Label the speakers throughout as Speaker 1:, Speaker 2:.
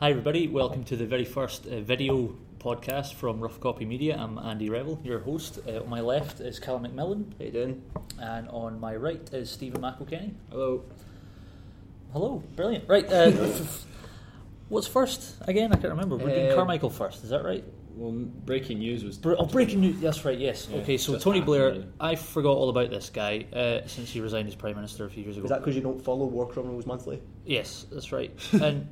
Speaker 1: Hi, everybody. Welcome to the very first uh, video podcast from Rough Copy Media. I'm Andy Revel, your host. Uh, on my left is Callum McMillan,
Speaker 2: How you doing?
Speaker 1: and on my right is Stephen McElkenny.
Speaker 2: Hello.
Speaker 1: Hello, brilliant. Right, uh, what's first? Again, I can't remember. We're doing
Speaker 2: Uh,
Speaker 1: Carmichael first, is that right?
Speaker 2: Well, breaking news was
Speaker 1: Br- oh, breaking news. That's right. Yes.
Speaker 2: Yeah,
Speaker 1: okay. So
Speaker 2: just
Speaker 1: Tony
Speaker 2: happened,
Speaker 1: Blair.
Speaker 2: really.
Speaker 1: I forgot all about this guy uh, since he resigned as prime minister a few years ago.
Speaker 3: Is that because you don't follow War Criminals Monthly?
Speaker 1: yes, that's right. and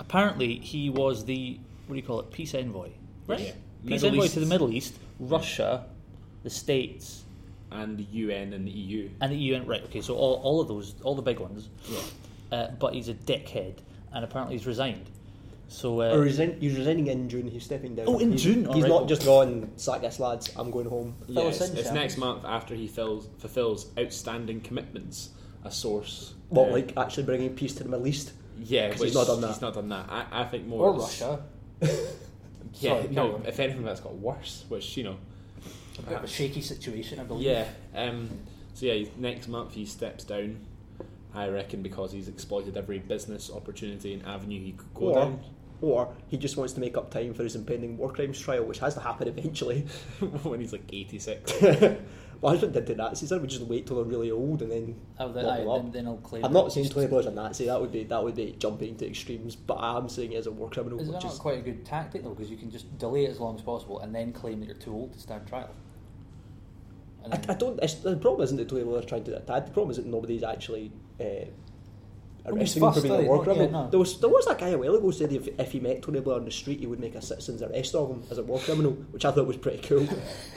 Speaker 1: apparently, he was the what do you call it? Peace envoy. Right.
Speaker 2: Yeah.
Speaker 1: Peace
Speaker 2: Middle
Speaker 1: envoy
Speaker 2: East.
Speaker 1: to the Middle East, Russia, the States,
Speaker 2: and the UN and the E EU.
Speaker 1: and the UN. Right. Okay. So all, all of those, all the big ones. Uh, but he's a dickhead, and apparently he's resigned. So uh,
Speaker 3: Or resign, he's resigning in June, he's stepping down.
Speaker 1: Oh, in
Speaker 3: he's,
Speaker 1: June?
Speaker 3: He's
Speaker 1: Alright,
Speaker 3: not
Speaker 1: cool.
Speaker 3: just gone, sack this lads, I'm going home.
Speaker 2: Yeah,
Speaker 1: Fellow
Speaker 2: it's,
Speaker 1: citizen.
Speaker 2: it's next month after he fills, fulfills outstanding commitments. A source.
Speaker 3: What,
Speaker 2: uh,
Speaker 3: like actually bringing peace to the Middle East?
Speaker 2: Yeah,
Speaker 3: 'Cause
Speaker 2: which
Speaker 3: he's not done that.
Speaker 2: He's not done that. I, I think more.
Speaker 1: or
Speaker 2: it's-
Speaker 1: Russia.
Speaker 2: Yeah,
Speaker 1: Sorry, carry
Speaker 2: no.
Speaker 1: on.
Speaker 2: If anything, that's got worse. Which you know.
Speaker 1: A bit of a shaky situation, I believe.
Speaker 2: Yeah. Um, so yeah, next month he steps down. I reckon because he's exploited every business opportunity and avenue he could go
Speaker 3: Or-
Speaker 2: down.
Speaker 3: Or he just wants to make up time for his impending war crimes trial, which has to happen eventually.
Speaker 2: when he's like 86.
Speaker 3: My husband did do that. He said we just wait till they're really old and then.
Speaker 1: Oh, then,
Speaker 3: lock
Speaker 1: I,
Speaker 3: them up.
Speaker 1: then, then I'll claim.
Speaker 3: I'm
Speaker 1: it.
Speaker 3: not saying Tony Blair's a Nazi. That would be that would be jumping to extremes. But I am saying he is a war criminal,
Speaker 1: Is that
Speaker 3: which
Speaker 1: not
Speaker 3: is
Speaker 1: quite a good tactic though? Because you can just delay it as long as possible and then claim that you're too old to stand trial. And
Speaker 3: I,
Speaker 1: then-
Speaker 3: I don't. It's, the problem isn't that Tony Blair trying to do that. The problem is that nobody's actually uh, arresting him for
Speaker 1: fussed,
Speaker 3: being a
Speaker 1: eh?
Speaker 3: war
Speaker 1: Not- yeah,
Speaker 3: criminal.
Speaker 1: no.
Speaker 3: There was there was that guy a while ago said if, if he met Tony Blair on the street, he would make a citizen's arrest of him as a war criminal, which I thought was pretty cool.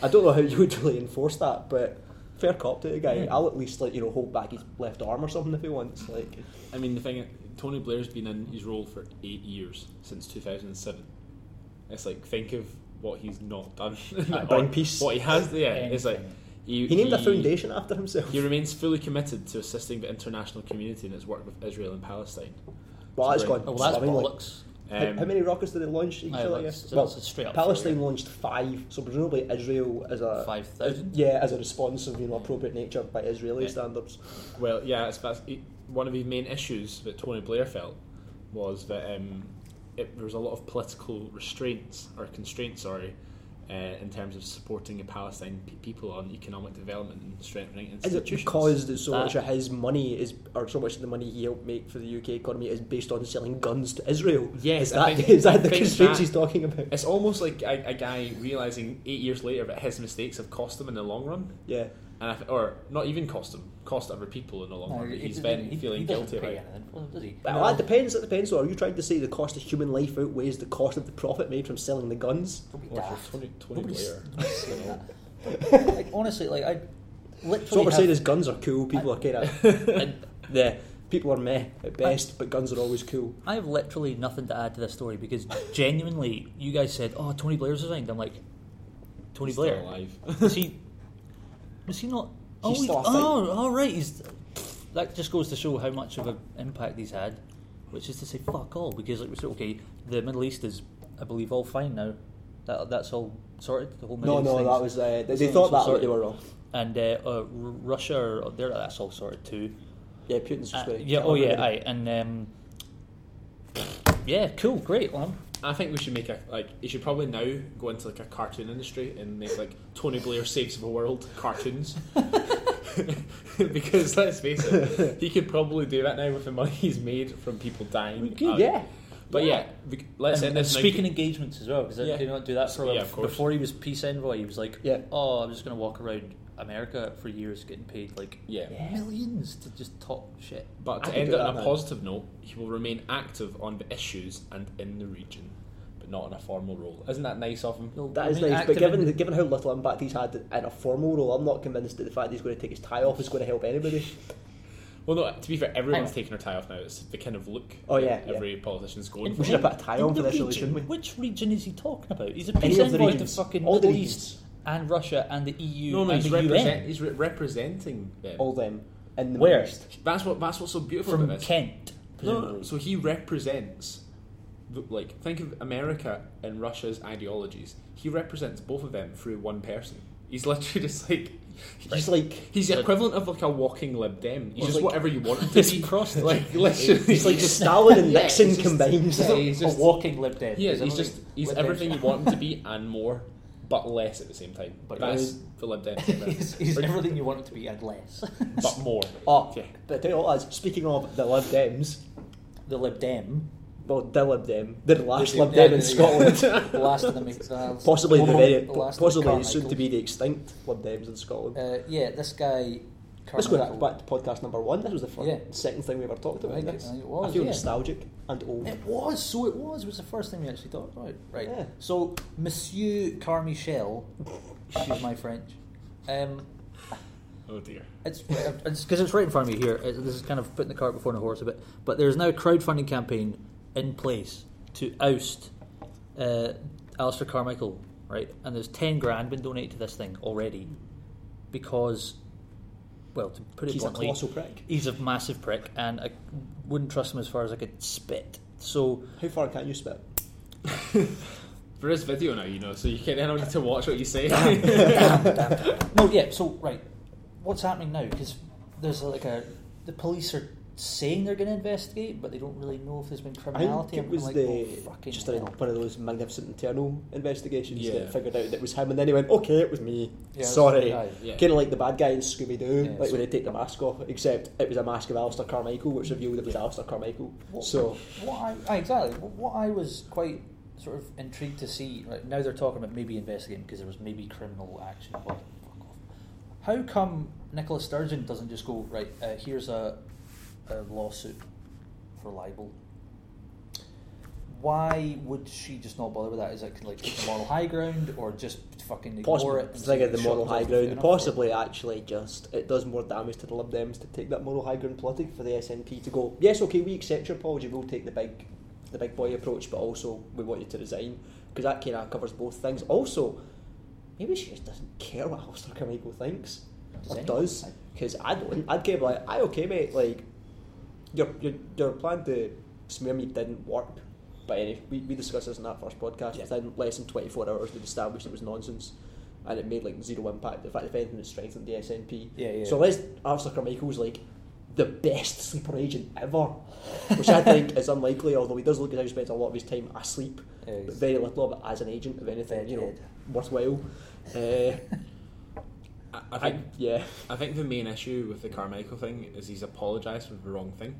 Speaker 3: I don't know how you would really enforce that, but fair cop to the guy. I'll at least like you know hold back his left arm or something if he wants. Like
Speaker 2: I mean, the thing, Tony Blair's been in his role for eight years since 2007. It's like, think of what he's not done.
Speaker 3: Aye,
Speaker 2: Or
Speaker 3: bring peace.
Speaker 2: What he has, yeah. It's like,
Speaker 1: Anything.
Speaker 3: he named a foundation after himself.
Speaker 2: He remains fully committed to assisting the international community in its work with Israel and Palestine.
Speaker 3: Well, that's
Speaker 2: to
Speaker 3: gone.
Speaker 2: bring-
Speaker 1: oh, well, that's
Speaker 3: swimmingly.
Speaker 1: bollocks.
Speaker 3: How,
Speaker 2: Um,
Speaker 3: how many rockets did they launch? Each
Speaker 1: Aye,
Speaker 3: other,
Speaker 1: that's-
Speaker 3: yeah?
Speaker 1: that's a straight up
Speaker 3: Palestine
Speaker 1: failure.
Speaker 3: launched five, so presumably Israel as a
Speaker 1: 5,000?
Speaker 3: Yeah, as a response of you know appropriate nature by Israeli
Speaker 2: Yeah.
Speaker 3: standards.
Speaker 2: Well, yeah, it's, that's it- one of the main issues that Tony Blair felt was that um, it, there was a lot of political restraints or constraints, sorry, uh, in terms of supporting the Palestine pe- people on economic development and strengthening
Speaker 3: Is it
Speaker 2: institutions.
Speaker 3: because that so much
Speaker 1: That-
Speaker 3: of his money is, or so much of the money he helped make for the UK economy is based on selling guns to Israel?
Speaker 2: Yes,
Speaker 3: is
Speaker 2: I
Speaker 3: that,
Speaker 2: think-
Speaker 3: is that the
Speaker 2: I think
Speaker 3: constraints
Speaker 2: that-
Speaker 3: he's talking about?
Speaker 2: It's almost like a, a guy realizing eight years later that his mistakes have cost him in the long run,
Speaker 3: Yeah,
Speaker 2: and I th- or not even cost him, cost other people in the long
Speaker 1: No,
Speaker 2: run.
Speaker 1: Oh, he-
Speaker 2: that He's
Speaker 1: he-
Speaker 2: been
Speaker 1: he- he
Speaker 2: feeling
Speaker 1: doesn't
Speaker 2: guilty
Speaker 1: pay
Speaker 2: about.
Speaker 1: anything, well, does he?
Speaker 3: well, that depends. That depends. So, are you trying to say the cost of human life outweighs the cost of the profit made from selling the guns?
Speaker 1: Don't be
Speaker 2: Well, if you're
Speaker 1: daft.
Speaker 2: 20 20
Speaker 1: Nobody's-
Speaker 2: Blair.
Speaker 1: nobody's saying that. like honestly, like I literally.
Speaker 3: So, what we're
Speaker 1: have-
Speaker 3: saying is guns are cool. People are kind of
Speaker 1: and
Speaker 3: yeah. People are meh at best, but guns are always cool.
Speaker 1: I have literally nothing to add to this story because genuinely, you guys said, "Oh, Tony Blair's resigned." I'm like, Tony
Speaker 2: He's still
Speaker 1: Blair.
Speaker 2: alive.
Speaker 1: Was he? Was he not? Oh,
Speaker 3: He's
Speaker 1: he,
Speaker 3: still a
Speaker 1: oh, all right. He's that just goes to show how much of an impact he's had, which is to say, fuck all. Because like we said, okay, the Middle East is, I believe, all fine now. That that's all sorted. The whole Middle
Speaker 3: No,
Speaker 1: East
Speaker 3: no,
Speaker 1: thing's-
Speaker 3: that was uh, they,
Speaker 1: Sorry,
Speaker 3: they thought
Speaker 1: so
Speaker 3: that
Speaker 1: sorry.
Speaker 3: but they were wrong.
Speaker 1: and uh, uh, R- Russia. Or, there, that's all sorted too.
Speaker 3: Yeah, Putin's
Speaker 1: Uh,
Speaker 3: just going.
Speaker 1: yeah. Oh yeah. Aye. And um, yeah. Cool. Great. Well, I'm-
Speaker 2: I think we should make a like. You should probably now go into like a cartoon industry and make like Tony Blair saves the world cartoons. because let's face it, he could probably do that now with the money he's made from people dying. out.
Speaker 3: yeah.
Speaker 2: but yeah, we, let's
Speaker 1: and,
Speaker 2: end
Speaker 1: and
Speaker 2: this.
Speaker 1: speaking engagements as well, because
Speaker 2: Yeah.
Speaker 1: they do not do that for a
Speaker 2: Yeah,
Speaker 1: while.
Speaker 2: of course.
Speaker 1: Before he was peace envoy, he was like,
Speaker 3: Yeah.
Speaker 1: "Oh, I'm just going to walk around America for years, getting paid like
Speaker 2: yeah.
Speaker 1: millions to just talk shit."
Speaker 2: But
Speaker 3: I
Speaker 2: to
Speaker 3: can
Speaker 2: end
Speaker 3: do
Speaker 2: it
Speaker 3: that
Speaker 2: on a
Speaker 3: now.
Speaker 2: positive note, he will remain active on the issues and in the region, but not in a formal role. Isn't that nice of him?
Speaker 1: Well,
Speaker 3: That
Speaker 1: I
Speaker 3: is
Speaker 1: mean,
Speaker 3: nice, but
Speaker 1: active
Speaker 3: given
Speaker 1: in-
Speaker 3: given how little impact he's had in a formal role, I'm not convinced that the fact that he's going to take his tie off is going to help anybody.
Speaker 2: Well, no. To be fair, everyone's
Speaker 1: on.
Speaker 2: taking their tie off now. It's the kind of look.
Speaker 3: Oh,
Speaker 2: that
Speaker 3: yeah, yeah.
Speaker 2: Every politician's going.
Speaker 1: In-
Speaker 2: for.
Speaker 3: We should have put a tie
Speaker 1: in
Speaker 3: on
Speaker 1: the
Speaker 3: for this, really,
Speaker 1: region,
Speaker 3: shouldn't we?
Speaker 1: Which region is he talking about? He's a peace
Speaker 3: Any of
Speaker 1: envoy
Speaker 3: the
Speaker 1: to
Speaker 3: regions.
Speaker 1: fucking
Speaker 3: All the
Speaker 1: Middle East
Speaker 3: regions.
Speaker 1: and Russia and the EU
Speaker 2: No, no,
Speaker 1: and
Speaker 2: he's,
Speaker 1: the
Speaker 2: represent,
Speaker 1: UN.
Speaker 2: he's re- representing them.
Speaker 3: All them in the
Speaker 1: Where?
Speaker 3: Middle East.
Speaker 2: That's what. That's what's so beautiful
Speaker 1: From
Speaker 2: about this.
Speaker 1: Kent,
Speaker 2: No,
Speaker 1: presumably.
Speaker 2: no, no. So he represents, the, like, think of America and Russia's ideologies. He represents both of them through one person. He's literally just like
Speaker 3: Just like
Speaker 2: he's the equivalent of like a walking Lib Dem. He's
Speaker 3: Or
Speaker 2: just
Speaker 3: like-
Speaker 2: whatever you want him to be.
Speaker 1: Crossed.
Speaker 2: Like literally,
Speaker 3: it's like Stalin and
Speaker 2: Yeah,
Speaker 3: Nixon
Speaker 2: he's just-
Speaker 3: combined.
Speaker 2: he's just- he's
Speaker 1: a
Speaker 2: just-
Speaker 1: walking Lib Dem.
Speaker 2: yeah,
Speaker 1: Is that
Speaker 2: he's
Speaker 1: what
Speaker 2: just
Speaker 1: it
Speaker 2: he's
Speaker 1: Lib Dem.
Speaker 2: everything you want him to be and more, but less at the same time.
Speaker 1: But
Speaker 2: that's
Speaker 1: really-
Speaker 2: the Lib Dem.
Speaker 1: is? he's, he's everything you want him to be and less.
Speaker 2: but more.
Speaker 3: Oh,
Speaker 2: Okay.
Speaker 3: but tell you what, lads, speaking of the Lib Dems,
Speaker 1: the Lib Dem,
Speaker 3: well, the Lib Dem, the last
Speaker 1: Yeah,
Speaker 3: Lib Dem
Speaker 1: yeah, yeah.
Speaker 3: in Scotland,
Speaker 1: the last of the McDonald's.
Speaker 3: possibly the very,
Speaker 1: the last of the
Speaker 3: possibly
Speaker 1: Carmichaels.
Speaker 3: soon to be the extinct Lib Dems in Scotland.
Speaker 1: Uh, yeah, this guy.
Speaker 3: Let's go
Speaker 1: Carmichael.
Speaker 3: back to podcast number one. This was the first,
Speaker 1: Yeah.
Speaker 3: second thing we ever talked about.
Speaker 1: I think it-
Speaker 3: this.
Speaker 1: I think it was,
Speaker 3: I feel
Speaker 1: yeah.
Speaker 3: nostalgic and old.
Speaker 1: It was, so it was. It was the first thing we actually talked about. Right.
Speaker 3: Yeah.
Speaker 1: So, Monsieur Carmichael, excuse my French. Um,
Speaker 2: Oh dear.
Speaker 1: it's because it's, right in front of me here. It- this is kind of putting the cart before the horse a bit. But there is now a crowdfunding campaign in place to oust uh, Alistair Carmichael, right? And there's 10 grand been donated to this thing already because, well, to put it
Speaker 3: He's a
Speaker 1: bluntly,
Speaker 3: colossal prick.
Speaker 1: he's a massive prick and I wouldn't trust him as far as I could spit. So,
Speaker 3: How far can you spit?
Speaker 2: There is video now, you know, so you can't. I don't need to watch what you say.
Speaker 1: No, yeah. So right, what's happening now? Because there's like a the police are saying they're going to investigate, but they don't really know if there's been
Speaker 3: I think
Speaker 1: criminality.
Speaker 3: it
Speaker 1: I'm
Speaker 3: was
Speaker 1: like,
Speaker 3: the
Speaker 1: oh, fucking
Speaker 3: just
Speaker 1: hell.
Speaker 3: another one of those magnificent internal investigations
Speaker 2: Yeah.
Speaker 3: that figured out that it was him, and then he went, "Okay, it was me.
Speaker 1: Yeah, it was
Speaker 3: Sorry."
Speaker 1: the guy,
Speaker 2: yeah.
Speaker 3: Kind of like the bad guy in Scooby Doo,
Speaker 1: Yeah,
Speaker 3: like
Speaker 1: so-
Speaker 3: when they take the mask off, except it was a mask of Alistair Carmichael, which revealed it was Alistair Carmichael.
Speaker 1: What-
Speaker 3: So
Speaker 1: what I, aye, exactly what, what I was quite sort of intrigued to see. Right now they're talking about maybe investigating because there was maybe criminal action. Well, fuck off. How come Nicola Sturgeon doesn't just go right? Uh, here's a, a lawsuit for libel. Why would she just not bother with that? Is that like the moral high ground, or just fucking ignore
Speaker 3: possibly
Speaker 1: it? and
Speaker 3: think of
Speaker 1: say,
Speaker 3: the moral
Speaker 1: "Shut
Speaker 3: high
Speaker 1: up,
Speaker 3: ground.
Speaker 1: fair enough," or-
Speaker 3: Possibly, actually, just it does more damage to the Lib Dems to take that moral high ground politic for the SNP to go. Yes, okay, we accept your apology. We'll take the big, the big boy approach, but also we want you to resign because that kind of covers both things. Also, maybe she just doesn't care what Alistair Carmichael thinks
Speaker 1: Does
Speaker 3: or
Speaker 1: anyone?
Speaker 3: does because I don't. I'd give like, I okay, mate. Like your your your plan to smear me didn't work. But anyway, we, we discussed this in that first podcast.
Speaker 1: Yeah.
Speaker 3: Within less than 24 hours, we established it was nonsense and it made like zero impact. In fact, if anything, it strengthened the SNP.
Speaker 1: Yeah, yeah.
Speaker 3: So, unless Arthur Carmichael's like the best sleeper agent ever, which I think is unlikely, although he does look as if he spends a lot of his time asleep,
Speaker 1: Yeah,
Speaker 3: but
Speaker 1: he's-
Speaker 3: very little of it as an agent, if anything, you know, worthwhile. Uh,
Speaker 2: I,
Speaker 3: I,
Speaker 2: think
Speaker 3: yeah,
Speaker 2: I think the main issue with the Carmichael thing is he's apologised for the wrong thing.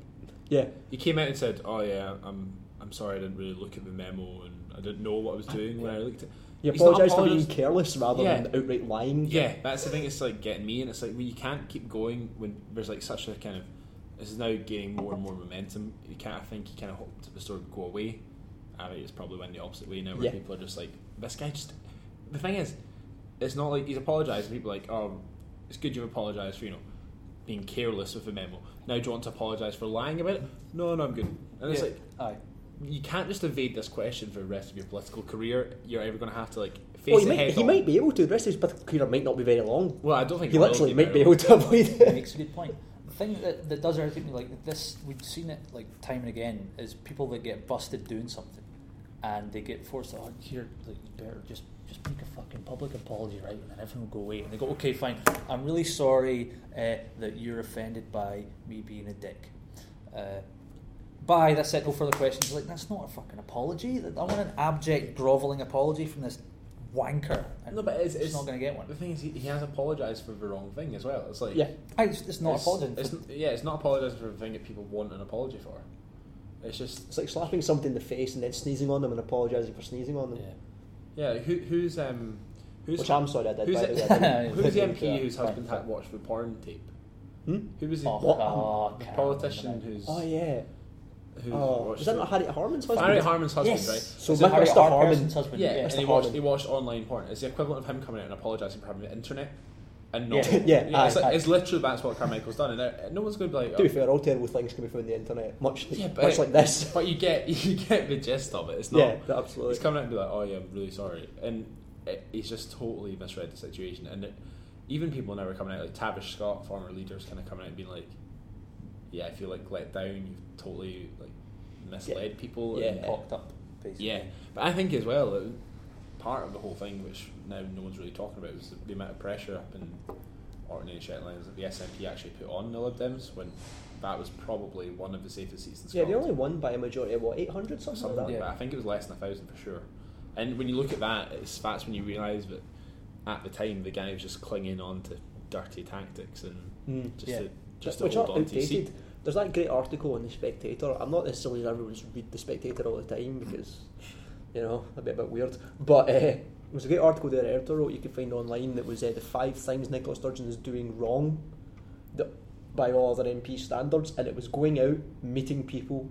Speaker 3: yeah.
Speaker 2: He came out and said, "Oh yeah, I'm I'm sorry, I didn't really look at the memo and I didn't know what I was doing when I looked at."
Speaker 3: You
Speaker 2: He's not
Speaker 3: apologise for being
Speaker 2: apologised-
Speaker 3: careless rather
Speaker 2: Yeah.
Speaker 3: than outright lying.
Speaker 2: Yeah, that's the thing. It's like getting me, and it's like well, you can't keep going when there's like such a kind of this is now gaining more and more momentum. You can't. I think you kind of hope to the sort of go away. I mean, it's probably went the opposite way now, where
Speaker 3: Yeah.
Speaker 2: people are just like, this guy just. The thing is, it's not like he's apologised. People are like, oh, it's good you've apologised for you know being careless with the memo. Now do you want to apologise for lying about it? No, no, I'm good. And it's
Speaker 1: Yeah,
Speaker 2: like
Speaker 1: aye.
Speaker 2: you can't just evade this question for the rest of your political career. You're ever going to have to like face
Speaker 3: Well, he
Speaker 2: it
Speaker 3: might,
Speaker 2: head
Speaker 3: he
Speaker 2: on.
Speaker 3: might be able to. The rest of his political career might not be very long.
Speaker 2: Well, I don't think
Speaker 3: He
Speaker 2: will
Speaker 3: literally might
Speaker 2: very
Speaker 3: be
Speaker 2: long.
Speaker 3: able to avoid
Speaker 1: He
Speaker 3: it.
Speaker 1: makes a good point. The thing that, that does irritate me, like this, we've seen it like time and again, is people that get busted doing something, and they get forced. Oh, here, like, you better just just make a fucking public apology, right? And then everything will go away. And they go, okay, fine. I'm really sorry uh, that you're offended by me being a dick. Uh, bye. That's it. No further questions. Like that's not a fucking apology. I want an abject, grovelling apology from this wanker. And
Speaker 2: No, but it's,
Speaker 1: she's
Speaker 2: it's
Speaker 1: not going to get one.
Speaker 2: The thing is, he, he has apologized for the wrong thing as well. It's like
Speaker 3: Yeah.
Speaker 1: I, it's, it's not
Speaker 2: it's-
Speaker 1: apologising. for-
Speaker 2: It's, yeah, it's not apologizing for the thing that people want an apology for. It's just
Speaker 3: It's like slapping somebody in the face and then sneezing on them and apologising for sneezing on them.
Speaker 1: yeah.
Speaker 2: yeah. Who, who's um who's
Speaker 3: Which I'm sorry I did,
Speaker 2: Whose
Speaker 3: by the way. I
Speaker 1: didn't-
Speaker 2: who's the
Speaker 1: Yeah.
Speaker 2: MP whose husband
Speaker 1: Fine.
Speaker 2: had watched the porn tape?
Speaker 3: Hmm?
Speaker 2: Who was the,
Speaker 1: Oh,
Speaker 3: What?
Speaker 1: oh,
Speaker 2: the
Speaker 1: can't
Speaker 2: politician
Speaker 1: remember now.
Speaker 2: who's
Speaker 3: Oh yeah.
Speaker 2: who's
Speaker 3: Oh,
Speaker 2: watched
Speaker 3: is that
Speaker 2: it?
Speaker 3: not Harriet Harman's husband?
Speaker 2: Harry Harman's husband,
Speaker 1: Yes.
Speaker 2: right?
Speaker 3: So
Speaker 2: Is
Speaker 3: Mac-
Speaker 2: it-
Speaker 3: Mr.
Speaker 1: Harry
Speaker 3: Harman.
Speaker 1: Harman's husband.
Speaker 2: yeah,
Speaker 1: Yeah,
Speaker 2: and he
Speaker 3: Mr.
Speaker 2: watched
Speaker 3: Harman.
Speaker 2: he watched online porn. It's the equivalent of him coming out and apologising for having the internet. And
Speaker 1: Yeah.
Speaker 2: not,
Speaker 3: Yeah,
Speaker 2: it's,
Speaker 3: aye,
Speaker 2: like-
Speaker 3: aye.
Speaker 2: it's literally that's what Carmichael's done, and there- no one's going to be like,
Speaker 3: To
Speaker 2: "Oh,
Speaker 3: be fair, all terrible things can be found on the internet, much like,
Speaker 2: Yeah, but
Speaker 3: much like this.
Speaker 2: But you get you get the gist of it. It's not.
Speaker 3: Yeah, absolutely.
Speaker 2: He's coming out and be like, "Oh yeah, I'm really sorry," and it, he's just totally misread the situation. And it, even people now are coming out like Tavish Scott, former leaders, kind of coming out and being like, "Yeah, I feel like let down. You've totally like misled people."
Speaker 3: Yeah.
Speaker 2: and-
Speaker 1: Fucked up. Basically.
Speaker 2: yeah. But I think as well, it, part of the whole thing, which now no one's really talking about, was the, the amount of pressure up in Orkney and Shetlands that the SNP actually put on the Lib Dems when that was probably one of the safest seats in
Speaker 3: Yeah,
Speaker 2: Scotland.
Speaker 3: they only won by a majority of what, 800 something,
Speaker 2: something
Speaker 3: like
Speaker 2: like
Speaker 3: that?
Speaker 1: Yeah.
Speaker 2: that. I think it was less than a thousand for sure. And when you look at that, it's that's when you realise that at the time the guy was just clinging on to dirty tactics and
Speaker 3: Mm,
Speaker 2: just
Speaker 1: yeah.
Speaker 2: to just
Speaker 3: Which
Speaker 2: to hold
Speaker 3: are
Speaker 2: on to your
Speaker 3: outdated.
Speaker 2: seat.
Speaker 3: There's that great article on The Spectator. I'm not as silly as everyone just read The Spectator all the time because, you know, a bit, a bit weird. But uh, there was a great article there Editor wrote you can find online that was uh, the five things Nicola Sturgeon is doing wrong that, by all other MP standards, and it was going out, meeting people,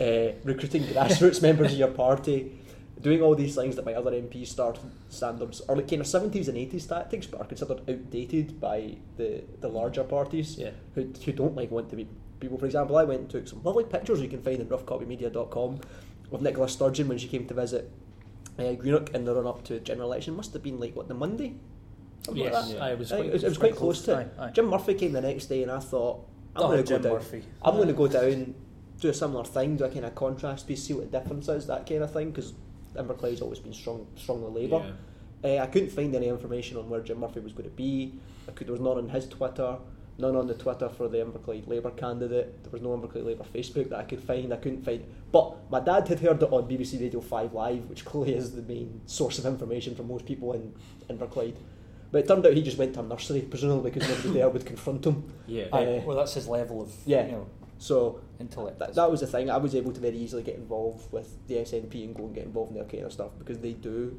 Speaker 3: uh, recruiting grassroots members of your party. Doing all these things that by other MP start standards are like kind of seventies and eighties tactics, but are considered outdated by the, the larger parties
Speaker 1: Yeah.
Speaker 3: who, who don't like want to be people. For example, I went and took some lovely pictures you can find on roughcopymedia.com of Nicola Sturgeon when she came to visit uh, Greenock in the run up to general election. Must have been like what the Monday. Something like
Speaker 1: Yes,
Speaker 3: that.
Speaker 1: aye, it was
Speaker 3: I think
Speaker 1: quite-
Speaker 3: it was, it was quite close to it.
Speaker 1: Aye, aye.
Speaker 3: Jim Murphy came the next day, and I thought, I'm
Speaker 1: Oh,
Speaker 3: going to go
Speaker 1: Jim
Speaker 3: down.
Speaker 1: Murphy.
Speaker 3: I'm going to go down, do a similar thing, do a kind of contrast piece, see what the difference is, that kind of thing, because Inverclyde's always been strong, strongly Labour.
Speaker 2: Yeah.
Speaker 3: Uh, I couldn't find any information on where Jim Murphy was going to be. I could, there was none on his Twitter, none on the Twitter for the Inverclyde Labour candidate. There was no Inverclyde Labour Facebook that I could find. I couldn't find. But my dad had heard it on BBC Radio 5 Live, which clearly is the main source of information for most people in Inverclyde. But it turned out he just went to a nursery, presumably because nobody there would confront him.
Speaker 2: Yeah.
Speaker 3: Uh,
Speaker 1: well, that's his level of
Speaker 3: yeah.
Speaker 1: you know,
Speaker 3: So
Speaker 1: intellect.
Speaker 3: that, that was the thing. I was able to very easily get involved with the SNP and go and get involved in their kind of stuff because they do.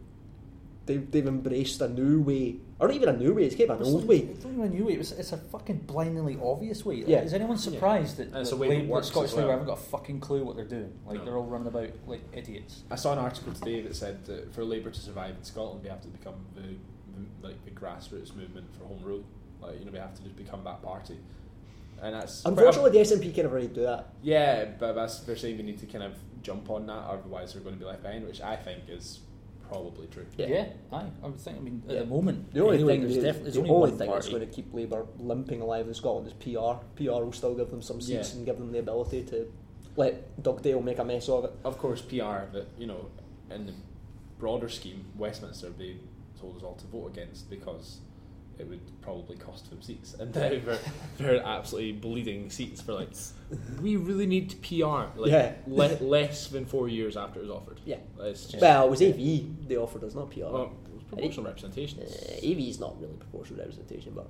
Speaker 3: They, they've embraced a new way, or not even a new way. It's kind of an
Speaker 1: It's
Speaker 3: old
Speaker 1: like-
Speaker 3: way.
Speaker 1: It's not even a new way. It was, it's a fucking blindingly obvious way. Like,
Speaker 3: Yeah.
Speaker 1: Is anyone surprised that,
Speaker 2: And it's
Speaker 1: that
Speaker 2: a way that
Speaker 1: Labour-
Speaker 2: works
Speaker 1: Scottish
Speaker 2: as well.
Speaker 1: Labour haven't got a fucking clue what they're doing? Like
Speaker 2: No.
Speaker 1: they're all running about like idiots.
Speaker 2: I saw an article today that said that for Labour to survive in Scotland, we have to become the, the like the grassroots movement for home rule. Like you know, we have to just become that party, and that's quite a-
Speaker 3: Unfortunately, the SNP kind of already do that.
Speaker 2: Yeah, but that's they're saying we need to kind of jump on that, otherwise we're going to be left behind, which I think is probably true.
Speaker 3: Yeah.
Speaker 1: aye. I would think. I mean,
Speaker 3: Yeah.
Speaker 1: at the moment,
Speaker 3: The only
Speaker 1: anyway,
Speaker 3: thing,
Speaker 1: there's
Speaker 3: the,
Speaker 1: definitely
Speaker 3: the
Speaker 1: only,
Speaker 3: only,
Speaker 1: one
Speaker 3: thing that's
Speaker 1: party.
Speaker 3: going to keep Labour limping alive in Scotland is PR. PR will still give them some seats
Speaker 2: Yeah.
Speaker 3: and give them the ability to let Doug Dale make a mess of it.
Speaker 2: Of course, PR that you know, in the broader scheme, Westminster they told us all to vote against because it would probably cost them seats, and now they're, they're absolutely bleeding seats for like we really need to PR like
Speaker 3: Yeah.
Speaker 2: le- less than four years after it was offered.
Speaker 3: Yeah.
Speaker 2: it's just,
Speaker 3: Well, it was AV they offered us, not PR.
Speaker 2: well, it was proportional representation.
Speaker 3: Uh,
Speaker 2: It's-
Speaker 3: AV is not really proportional representation, but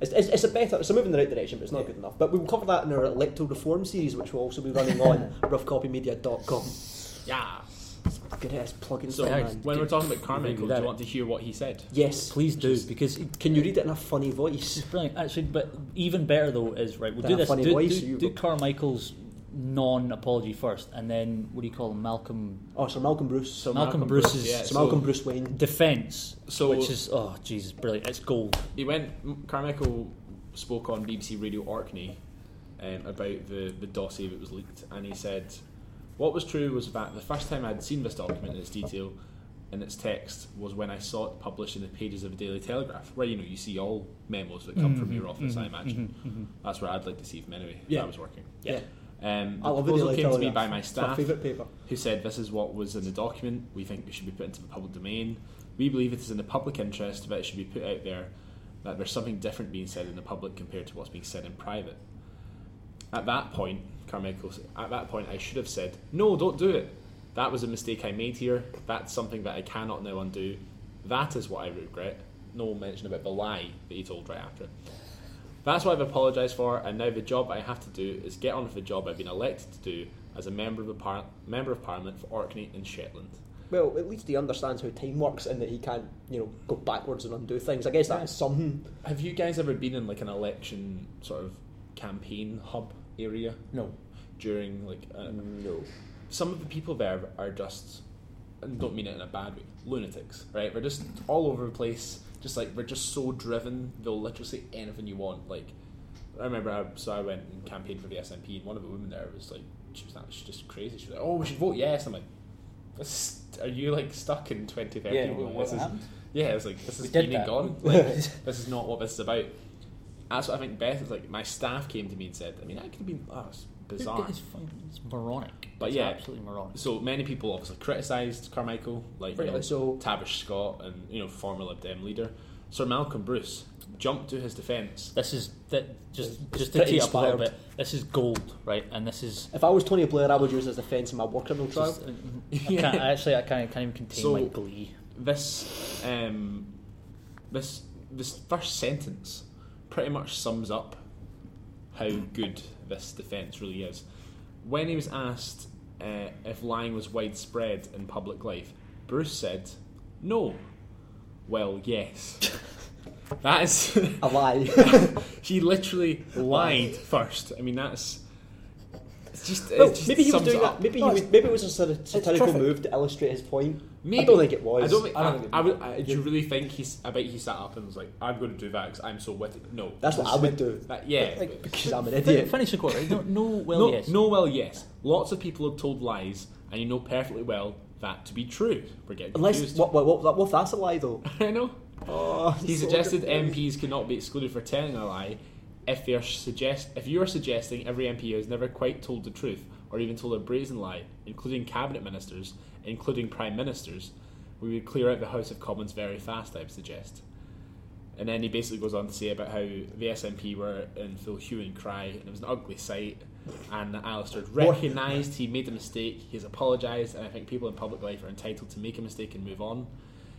Speaker 3: it's, it's, it's a better, it's a move in the right direction, but it's not good enough. But we will cover that in our electoral reform series, which will also be running on roughcopymedia.com.
Speaker 2: Yeah.
Speaker 3: Good ass plugging
Speaker 2: So
Speaker 3: stuff,
Speaker 1: Yeah,
Speaker 3: man.
Speaker 2: when we're talking about Carmichael, do
Speaker 1: that-
Speaker 2: you want to hear what he said?
Speaker 3: Yes,
Speaker 1: Please do because
Speaker 3: Can you read it in a funny voice?
Speaker 1: It's brilliant, actually. But even better though is right. We'll
Speaker 3: Then
Speaker 1: do
Speaker 3: a
Speaker 1: this.
Speaker 3: funny
Speaker 1: Do,
Speaker 3: voice,
Speaker 1: do,
Speaker 3: you
Speaker 1: do
Speaker 3: go-
Speaker 1: Carmichael's non-apology first, and then what do you call him, Malcolm?
Speaker 3: Oh, Sir Malcolm Bruce. Sir,
Speaker 1: Malcolm,
Speaker 2: Malcolm Bruce,
Speaker 1: Bruce's
Speaker 2: yeah. So-
Speaker 3: Malcolm Bruce Wayne.
Speaker 1: defense.
Speaker 2: So-
Speaker 1: which is oh Jesus, brilliant! It's gold.
Speaker 2: He went. Carmichael spoke on BBC Radio Orkney um, about the the dossier that was leaked, and he said, "What was true was that the first time I'd seen this document in its detail, in its text, was when I saw it published in the pages of the Daily Telegraph, where you know you see all memos that come
Speaker 3: Mm-hmm.
Speaker 2: from your office. I imagine that's where I'd like to see them anyway. If
Speaker 3: Yeah.
Speaker 2: I was working.
Speaker 3: Yeah.
Speaker 2: Um,
Speaker 3: I
Speaker 2: the
Speaker 3: love the
Speaker 2: proposal
Speaker 3: Daily
Speaker 2: came to me
Speaker 3: Telegraph.
Speaker 2: by my
Speaker 3: It's my
Speaker 2: staff,
Speaker 3: favourite paper.
Speaker 2: who said this is what was in the document. We think it should be put into the public domain. We believe it is in the public interest that it should be put out there. That there's something different being said in the public compared to what's being said in private. At that point, Carmichael. s- At that point, I should have said, "No, don't do it. That was a mistake I made here. That's something that I cannot now undo. That is what I regret." No mention about the lie that he told right after. it. That's what I've apologised for, and now the job I have to do is get on with the job I've been elected to do as a member of, the par- member of Parliament for Orkney and Shetland.
Speaker 3: Well, at least he understands how time works and that he can't, you know, go backwards and undo things. I guess that is something.
Speaker 2: Have you guys ever been in like an election sort of campaign hub area
Speaker 1: No,
Speaker 2: during like uh,
Speaker 3: No.
Speaker 2: some of the people there are just and don't mean it in a bad way lunatics right they're just all over the place just like they're just so driven they'll literally say anything you want like I remember I, so I went and campaigned for the SNP and one of the women there was like she was not, she's just crazy she was like oh we should vote yes I'm like this, are you like stuck in 2013
Speaker 1: Yeah,
Speaker 2: Like,
Speaker 1: well, what
Speaker 2: this is-
Speaker 1: happened?
Speaker 2: yeah it's like this
Speaker 1: We
Speaker 2: is
Speaker 1: did
Speaker 2: been and
Speaker 1: that.
Speaker 2: gone like, this is not what this is about that's what I think Beth is like. My staff came to me and said, I mean, I could have been, oh, it's bizarre.
Speaker 1: It's, fucking- it's moronic.
Speaker 2: But
Speaker 1: It's
Speaker 2: yeah.
Speaker 1: absolutely moronic.
Speaker 2: So many people obviously criticised Carmichael, like you know,
Speaker 3: Rightly so.
Speaker 2: Tavish Scott and you know former Lib Dem leader Sir Malcolm Bruce jumped to his defence.
Speaker 1: This is that just
Speaker 3: It's
Speaker 1: just to
Speaker 3: pretty
Speaker 1: tee up a little bit.
Speaker 3: inspired.
Speaker 1: This is gold, right? And this is.
Speaker 3: If I was Tony Blair, I would use it as defence in my war criminal trial.
Speaker 1: Just, uh, I can't, I actually, I can't, can't even contain
Speaker 2: So-
Speaker 1: my glee.
Speaker 2: This um, this this first sentence pretty much sums up how good this defence really is. When he was asked uh, if lying was widespread in public life, Bruce said, "No." Well, yes. that is.
Speaker 3: a lie.
Speaker 2: He literally lied first. I mean, that's it's just it
Speaker 3: Well,
Speaker 2: just
Speaker 3: maybe he was
Speaker 2: sums
Speaker 3: doing
Speaker 2: it up.
Speaker 3: that. Maybe
Speaker 1: No,
Speaker 3: he was.
Speaker 1: it's-
Speaker 3: Maybe it was a sort of satirical
Speaker 1: perfect.
Speaker 3: move to illustrate his point.
Speaker 2: Maybe.
Speaker 3: I don't think it was.
Speaker 2: I don't think.
Speaker 3: I
Speaker 2: I,
Speaker 3: don't think it
Speaker 2: I
Speaker 3: was.
Speaker 2: would. I, do you really think he's? I bet he sat up and was like, "I'm going to do that because I'm so witty." No,
Speaker 3: That's what I would do.
Speaker 2: That, yeah,
Speaker 1: Like,
Speaker 3: Because I'm an
Speaker 1: Fin-
Speaker 3: idiot.
Speaker 1: Finish the quote. Right? No, no, well,
Speaker 2: no,
Speaker 1: yes.
Speaker 2: no, well, yes. Lots of people have told lies, and you know perfectly well that to be true. We're getting
Speaker 3: Unless
Speaker 2: confused.
Speaker 3: what, what, what, what if that's a lie though?
Speaker 2: I know.
Speaker 3: Oh,
Speaker 2: He
Speaker 3: so
Speaker 2: suggested
Speaker 3: confused.
Speaker 2: MPs could not be excluded for telling a lie if they are suggest if you are suggesting every MP has never quite told the truth or even told a brazen lie, including cabinet ministers, including prime ministers, we would clear out the House of Commons very fast. I would suggest. And then he basically goes on to say about how the SNP were in full hue and cry, and it was an ugly sight. And that Alistair had
Speaker 3: What?
Speaker 2: recognised he made a mistake, he has apologised, and I think people in public life are entitled to make a mistake and move on.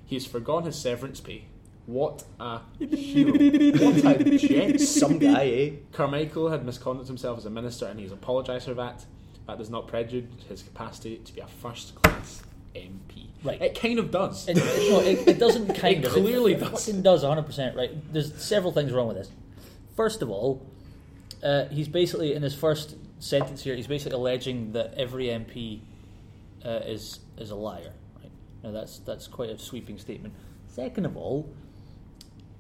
Speaker 2: He has forgone his severance pay. What a hero. What a gent.
Speaker 3: Some guy, eh?
Speaker 2: Carmichael had misconducted himself as a minister, and he has apologised for that. That does not prejudice his capacity to be a first class MP.
Speaker 1: Right.
Speaker 2: It kind of does.
Speaker 1: It, it- no, it, it doesn't kind
Speaker 2: It
Speaker 1: of.
Speaker 2: clearly
Speaker 1: it,
Speaker 2: does.
Speaker 1: fucking does 100%, right? There's several things wrong with this. First of all, uh, he's basically, in his first sentence here, he's basically alleging that every MP uh, is is a liar. Right? Now, that's, that's quite a sweeping statement. Second of all,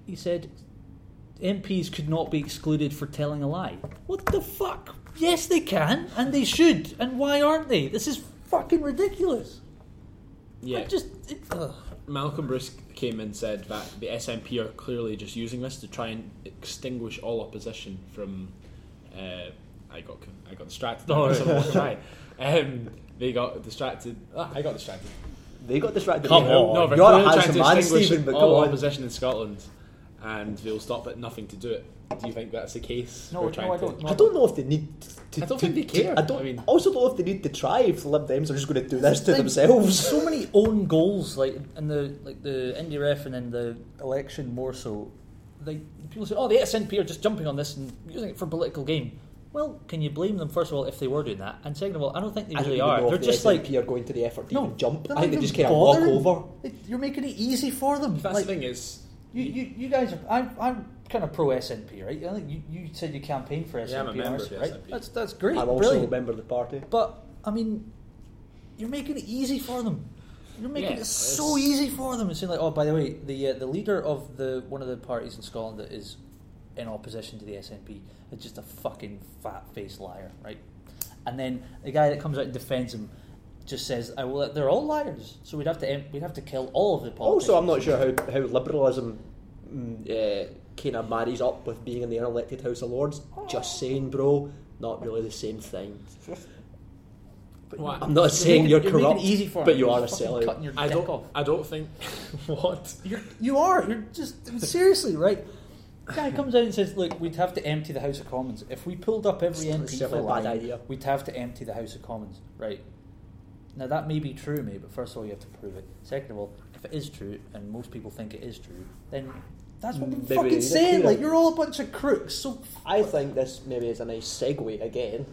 Speaker 1: he said MPs could not be excluded for telling a lie. What the fuck? Yes, they can, and they should. And why aren't they? This is fucking ridiculous.
Speaker 2: yeah.
Speaker 1: I just. It, ugh.
Speaker 2: Malcolm Bruce came and said that the SNP are clearly just using this to try and extinguish all opposition from. Uh, I got con- I got distracted.
Speaker 1: Oh,
Speaker 2: That's
Speaker 1: right.
Speaker 2: what I was trying. Um, they got distracted. Ah, I got distracted.
Speaker 3: They got distracted.
Speaker 1: Come
Speaker 3: Yeah.
Speaker 1: on.
Speaker 2: no,
Speaker 1: you're
Speaker 2: they're
Speaker 3: Oh, you're
Speaker 2: clearly
Speaker 3: a
Speaker 2: trying
Speaker 3: handsome
Speaker 2: to
Speaker 3: man,
Speaker 2: extinguish
Speaker 3: Stephen. But come
Speaker 2: all
Speaker 3: on.
Speaker 2: opposition in Scotland, and they'll stop at nothing to do it. Do you think that's the case?
Speaker 1: No,
Speaker 2: We're
Speaker 1: no,
Speaker 2: trying
Speaker 1: I don't.
Speaker 2: To...
Speaker 1: No,
Speaker 3: I don't know if they need. To,
Speaker 2: I don't
Speaker 3: to-
Speaker 2: think they
Speaker 3: to-
Speaker 2: care.
Speaker 3: I don't.
Speaker 2: I mean-
Speaker 3: also don't know if they need to try. If the Lib Dems are just going to do this to
Speaker 1: Like,
Speaker 3: themselves.
Speaker 1: So many own goals, like in the like the indie ref and in the election more so. Like people say, oh, the SNP are just jumping on this and using it for political game. Well, can you blame them first of all if they were doing that, and second of all, I don't think they
Speaker 3: I don't
Speaker 1: really
Speaker 3: even
Speaker 1: are.
Speaker 3: know if
Speaker 1: They're
Speaker 3: the
Speaker 1: just like
Speaker 3: SNP are going to the effort to
Speaker 1: no
Speaker 3: even jump.
Speaker 1: they're
Speaker 3: I
Speaker 1: not
Speaker 3: think they
Speaker 1: even
Speaker 3: just kind of walk
Speaker 1: bothering.
Speaker 3: over.
Speaker 1: They- You're making it easy for them.
Speaker 2: That's
Speaker 1: Like,
Speaker 2: the thing is.
Speaker 1: You, you, you guys are. I'm, I'm kind of pro SNP, right? I think you, you said you campaigned for SNP,
Speaker 2: Yeah, I'm a member of
Speaker 1: honestly,
Speaker 2: the
Speaker 1: right?
Speaker 2: SNP.
Speaker 1: That's that's great.
Speaker 3: I'm also
Speaker 1: brilliant.
Speaker 3: a member of the party.
Speaker 1: But I mean, you're making it easy for them. You're making
Speaker 2: Yeah,
Speaker 1: it so
Speaker 2: it's-
Speaker 1: easy for them. It's saying like, oh, by the way, the uh, the leader of the one of the parties in Scotland that is in opposition to the SNP is just a fucking fat faced liar, right? And then the guy that comes out and defends him just says, "I will." They're all liars, so we'd have to em- we'd have to kill all of the politicians.
Speaker 3: Also, I'm not sure how, how liberalism mm, uh, kind of marries up with being in the unelected House of Lords. Just saying, bro, not really the same thing.
Speaker 2: What?
Speaker 3: I'm not saying you're
Speaker 1: You're making it
Speaker 3: corrupt,
Speaker 1: easy for them.
Speaker 3: but you
Speaker 1: You're
Speaker 3: are a
Speaker 1: fucking
Speaker 3: sellout.
Speaker 1: Cutting your
Speaker 2: I
Speaker 1: dick
Speaker 2: don't.
Speaker 1: off.
Speaker 2: I don't think. what?
Speaker 1: You're, you are. You're just seriously right. Guy comes out and says, "Look, we'd have to empty the House of Commons if we pulled up every
Speaker 3: It's
Speaker 1: MP for
Speaker 3: certainly a bad
Speaker 1: lying.
Speaker 3: idea.
Speaker 1: We'd have to empty the House of Commons, right? Now that may be true, mate, but first of all, you have to prove it. Second of all, if it is true, and most people think it is true, then that's what we're
Speaker 3: Maybe we need
Speaker 1: fucking
Speaker 3: to
Speaker 1: saying.
Speaker 3: clear it.
Speaker 1: Like you're all a bunch of crooks. So
Speaker 3: I think this maybe is a nice segue again